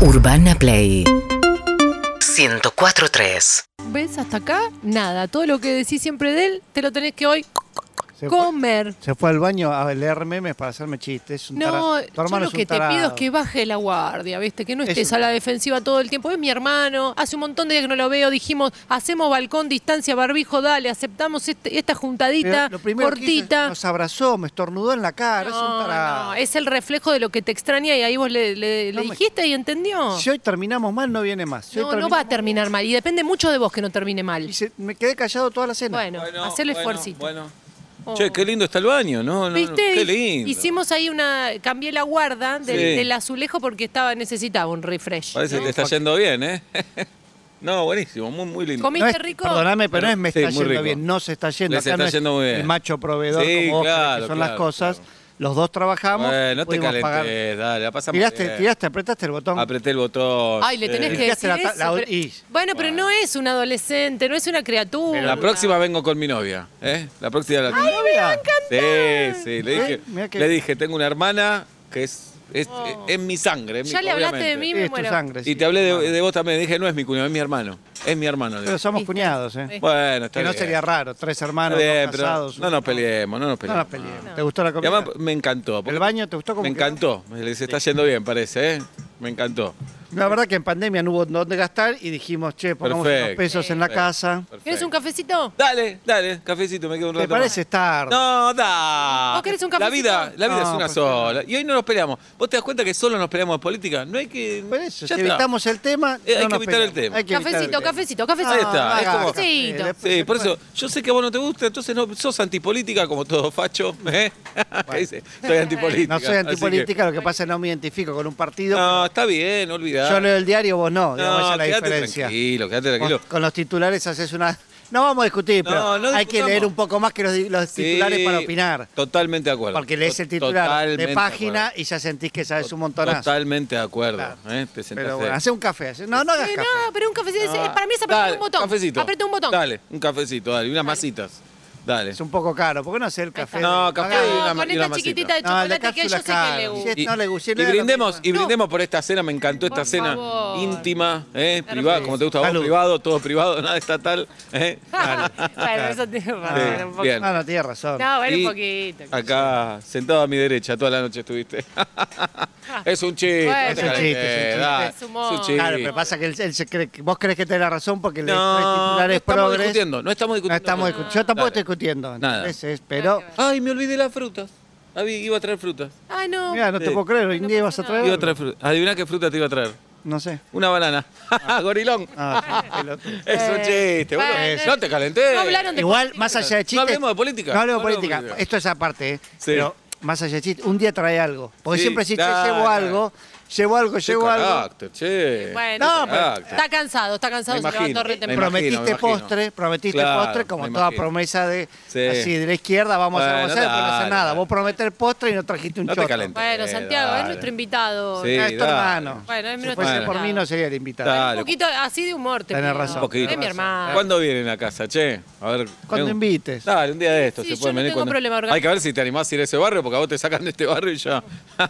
Urbana Play 104.3 ¿Ves hasta acá? Nada. Todo lo que decís siempre de él, te lo tenés que hoy Se fue, comer. se fue al baño a leer memes para hacerme chistes. Es un No, tara- tu yo hermano lo es un que te tarado. pido es que baje la guardia, ¿viste? Que no Es estés un- a la defensiva todo el tiempo. Es mi hermano, hace un montón de días que no lo veo. Dijimos, hacemos balcón, distancia, barbijo, dale, aceptamos este- esta Pero juntadita lo primero que hizo es- cortita. nos abrazó, me estornudó en la cara. es un No, tarado. no, es el reflejo de lo que te extraña y ahí vos le, le- No le me- dijiste y entendió. Si hoy terminamos mal, no viene más. Si hoy no, no terminamos va a terminar mal. Y depende mucho de vos que no termine mal. Y se- me quedé callado toda la cena. Bueno, hacer el esfuercito. Bueno. Oh. Che, qué lindo está el baño, ¿no? no, no, ¿Viste? Qué Hic- lindo. Hicimos ahí una. Cambié la guarda del, Sí. del azulejo porque estaba necesitaba un refresh. Parece que te está yendo bien, ¿eh? no, buenísimo, muy, muy lindo. ¿Comiste No es- rico? Perdóname, pero no es me Sí, está muy yendo rico. bien. No se está yendo. Les Acá no está es yendo muy bien. El macho proveedor, Sí, como vos crees claro, que son las claro, cosas. claro. Los dos trabajamos. Bueno, no te pudimos calentes, pagar. dale, la pasamos Tiraste, bien. tiraste, apretaste el botón. Apreté el botón. Eh, Ay, le tenés Sí. que Limpiaste decir la ta- eso, la pero- y- Bueno, pero no es un adolescente, no es una criatura. La próxima vengo con mi novia, ¿eh? La próxima la Ay, mira. Sí, sí, le ¿Eh? dije, Mirá que- le dije, tengo una hermana que es, es, Oh. es mi sangre. es mi- Ya le hablaste de obviamente. mí, Sí, me es tu muero. sangre. sí. Y te hablé de, de vos también, dije, no es mi cuñado, es mi hermano. Es mi hermano. le Pero dije. somos Viste. cuñados, ¿eh? Bueno, está Que no bien. sería raro. Tres hermanos, Está bien, dos pero Ah, casados. no nos peleemos, no nos No peleemos. nos peleemos. ¿Te gustó la Y comida? además me encantó. porque ¿El baño te gustó como Me quedó? encantó. Se está yendo bien, parece, ¿eh? Me encantó. La verdad que en pandemia no hubo dónde gastar y dijimos, che, pongamos unos Perfecto. pesos en la Perfecto. casa. ¿Querés un cafecito? Dale, dale, cafecito, me quedo un rato. ¿Te parece más. tarde? No, da. ¿Vos querés un La cafecito? vida, la vida No, es una por sola. Y hoy no nos peleamos. ¿Vos te das cuenta que solo nos peleamos de política? No hay que. Por eso, ya si está. evitamos el tema, Eh, hay no que nos evitar el peleamos. tema. Hay que evitar el Cafecito, tema. cafecito, cafecito. Ahí está, es hagas como- Ah, café, Cafecito. después Sí, se por puede. eso, yo sé que a vos no te gusta, entonces no sos antipolítica como todo facho, ¿eh? ¿Qué dice? Soy antipolítica. No soy así que- antipolítica, lo que pasa es que no me identifico con un partido. No, está bien, olvidá. Yo leo el diario, vos no. digamos, esa No, es la quédate diferencia. tranquilo, quédate Con- tranquilo. Con, los titulares haces una... No vamos a discutir, No, pero no hay que discutamos. leer un poco más que los, di- los titulares Sí, para opinar. Totalmente de acuerdo. Porque lees To- el titular totalmente de de página acuerdo. y ya sentís que sabes un montonazo. Totalmente de acuerdo. Claro. ¿eh? Te sentás Pero ahí. bueno, hace un café. hace- No, no hagas Eh, café. no, pero un cafecito. es- Ah, eh, Para mí es apretar dale, un botón. Cafecito. Apretar un botón. Dale, un cafecito, dale, y unas masitas. Dale. Es un poco caro. ¿Por qué no hacer el café? No, de- café Haga- y una- No, con y esta masita. chiquitita de No, la chocolate que yo cápsula sé que cara. le gusta. Sí, no le gustó, y no era brindemos, lo y No. brindemos por esta cena, me encantó esta Por cena favor. íntima, ¿eh? Claro privada, que como sí. te gusta a vos, Salud. privado, todo privado, nada estatal. ¿eh? bueno, eso tiene que pasar un poco. bien. No, no, tienes razón. No, bueno, un Y poquito. Acá, sentado a mi derecha, toda la noche estuviste. es un chiste. Ah. Bueno. no Es te un calentés, chiste, es un dale, chiste. Es humor. es un chiste. Claro, pero pasa que él, él se cree que vos crees que tenés la razón porque le No, tres no titulares estamos progres. discutiendo, no estamos discutiendo. No estamos discu- Yo tampoco estoy discutiendo. Nada. ¿entendés? Es- pero, Ay, me olvidé las frutas. Había- iba a traer frutas. Ay, no. mira, no te Sí. puedo creer, hoy en día vas a Iba a traer. traer frutas. Adivina qué fruta te iba a traer. No sé. Una banana. Gorilón. Ah, sí, pelotudo. Eh, Es un chiste, boludo. Eh, bueno, No te calenté. no hablaron de- Igual, más allá de chistes. hablemos de política. No hablemos No de hablemos de política. política. Esto es aparte, ¿eh? Sí. Pero más allá de chistes, un día trae algo. Porque Sí, siempre si che, claro. llevo algo, llevo algo, Che, llevo algo. carácter, che. Bueno, No, pero- Carácter. está cansado, está cansado, se Me levantó imagino, re me temprano. imagino, Prometiste me imagino. postre, prometiste Claro, postre, como me toda imagino. promesa de Sí. así de la izquierda, vamos a Bueno, hacer, vamos a hacer, pero no hace dale, nada. dale. Vos prometer postre y no trajiste un No te choto. calentes. Bueno, Eh, Santiago, es dale. nuestro invitado. Sí, Ah, es tu dale. hermano. Bueno, es mi si hermano. fuese por Bueno. mí no sería el invitado. Dale. Un poquito así de humor te Tenés pido. razón. Un poquito. eh. Es mi hermano. ¿Cuándo vienen a casa, che? A ver. Cuando ven- invites. Dale, un día de esto. Sí, se yo pueden no venir tengo cuando- problema orgánico. Hay que ver si te animás a ir a ese barrio, porque a vos te sacan de este barrio y ya.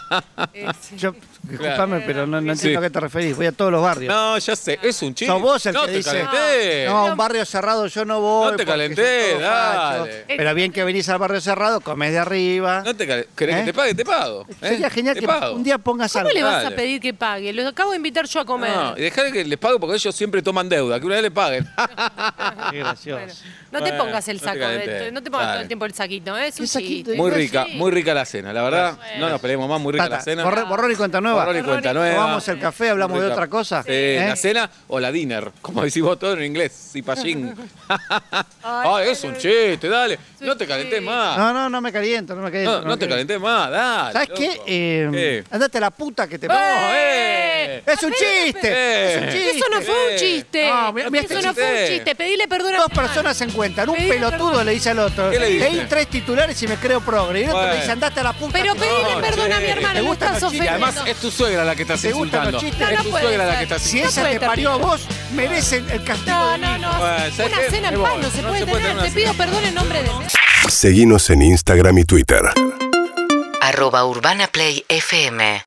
Eh, sí. Yo, disculpame, pero no, no Sí. entiendo a qué te referís. Voy a todos los barrios. no, ya sé. Es un chiste. Sos vos el no que te dice, calenté. No, a un barrio cerrado yo no voy. Eh, No te porque calenté, son todos dale. Eh, fachos. Pero bien que venís al barrio cerrado, comés de arriba. No te calenté. ¿Querés ¿Eh? que te pague? Te pago. ¿eh? Sería genial Te que pago. un día pongas ¿Cómo algo. le vas a Dale. pedir que pague? Los acabo de invitar yo a comer. No, y dejar que les pague porque ellos siempre toman deuda, que una vez le paguen. Qué gracioso. Bueno, no te Bueno, pongas el no te saco, calenté. de- no te pongas todo Dale. el tiempo el saquito, ¿eh? es un ¿Qué saquito? chiste. muy Sí. rica, muy rica la cena, la verdad. Bueno. No nos peleemos más, muy rica la Tata, cena. borre- borrón y cuenta nueva. Borrón y cuenta Borrón y- nueva. Tomamos el café, hablamos Muy de rica. otra cosa. Sí, ¿eh? la cena o la dinner, como decís vos todo en inglés, cipallín. Ah, es un chiste, dale. No te calentés más. No, no, no me caliento, no me caliento. No, no te caliento. calentés más, dale. ¿Sabes qué? loco. Eh, Andate a la puta que te No, pongo. eh. ¡Es un chiste! Eh. ¡Es un chiste! Eso no fue un Eh. chiste. No, mirá, mirá Eso este no fue un chiste. chiste. Pedile perdón a Dos tu hermano. personas se encuentran, un Pedile pelotudo perdón. le dice al otro, ¿Qué le dice? leí tres titulares y me creo progre, y el otro Bueno. le dice, andate a la puta. Pero que- pedile No, perdón a che. mi hermano, ¿Te lo gustan estás los chistes? ofendiendo. Además, es tu suegra la que estás ¿Te gustan insultando. los chistes? No, Es no tu puede suegra la ser. que estás Si No ella puede te parió a terminar. vos, merecen el castigo No, de no, mí. no. Bueno, ¿sabes Una qué? cena en Me voy. paz no se No puede se puede tener. tener Te una pido perdón en nombre de... Seguinos en Instagram y Twitter. arroba urbanaplayfm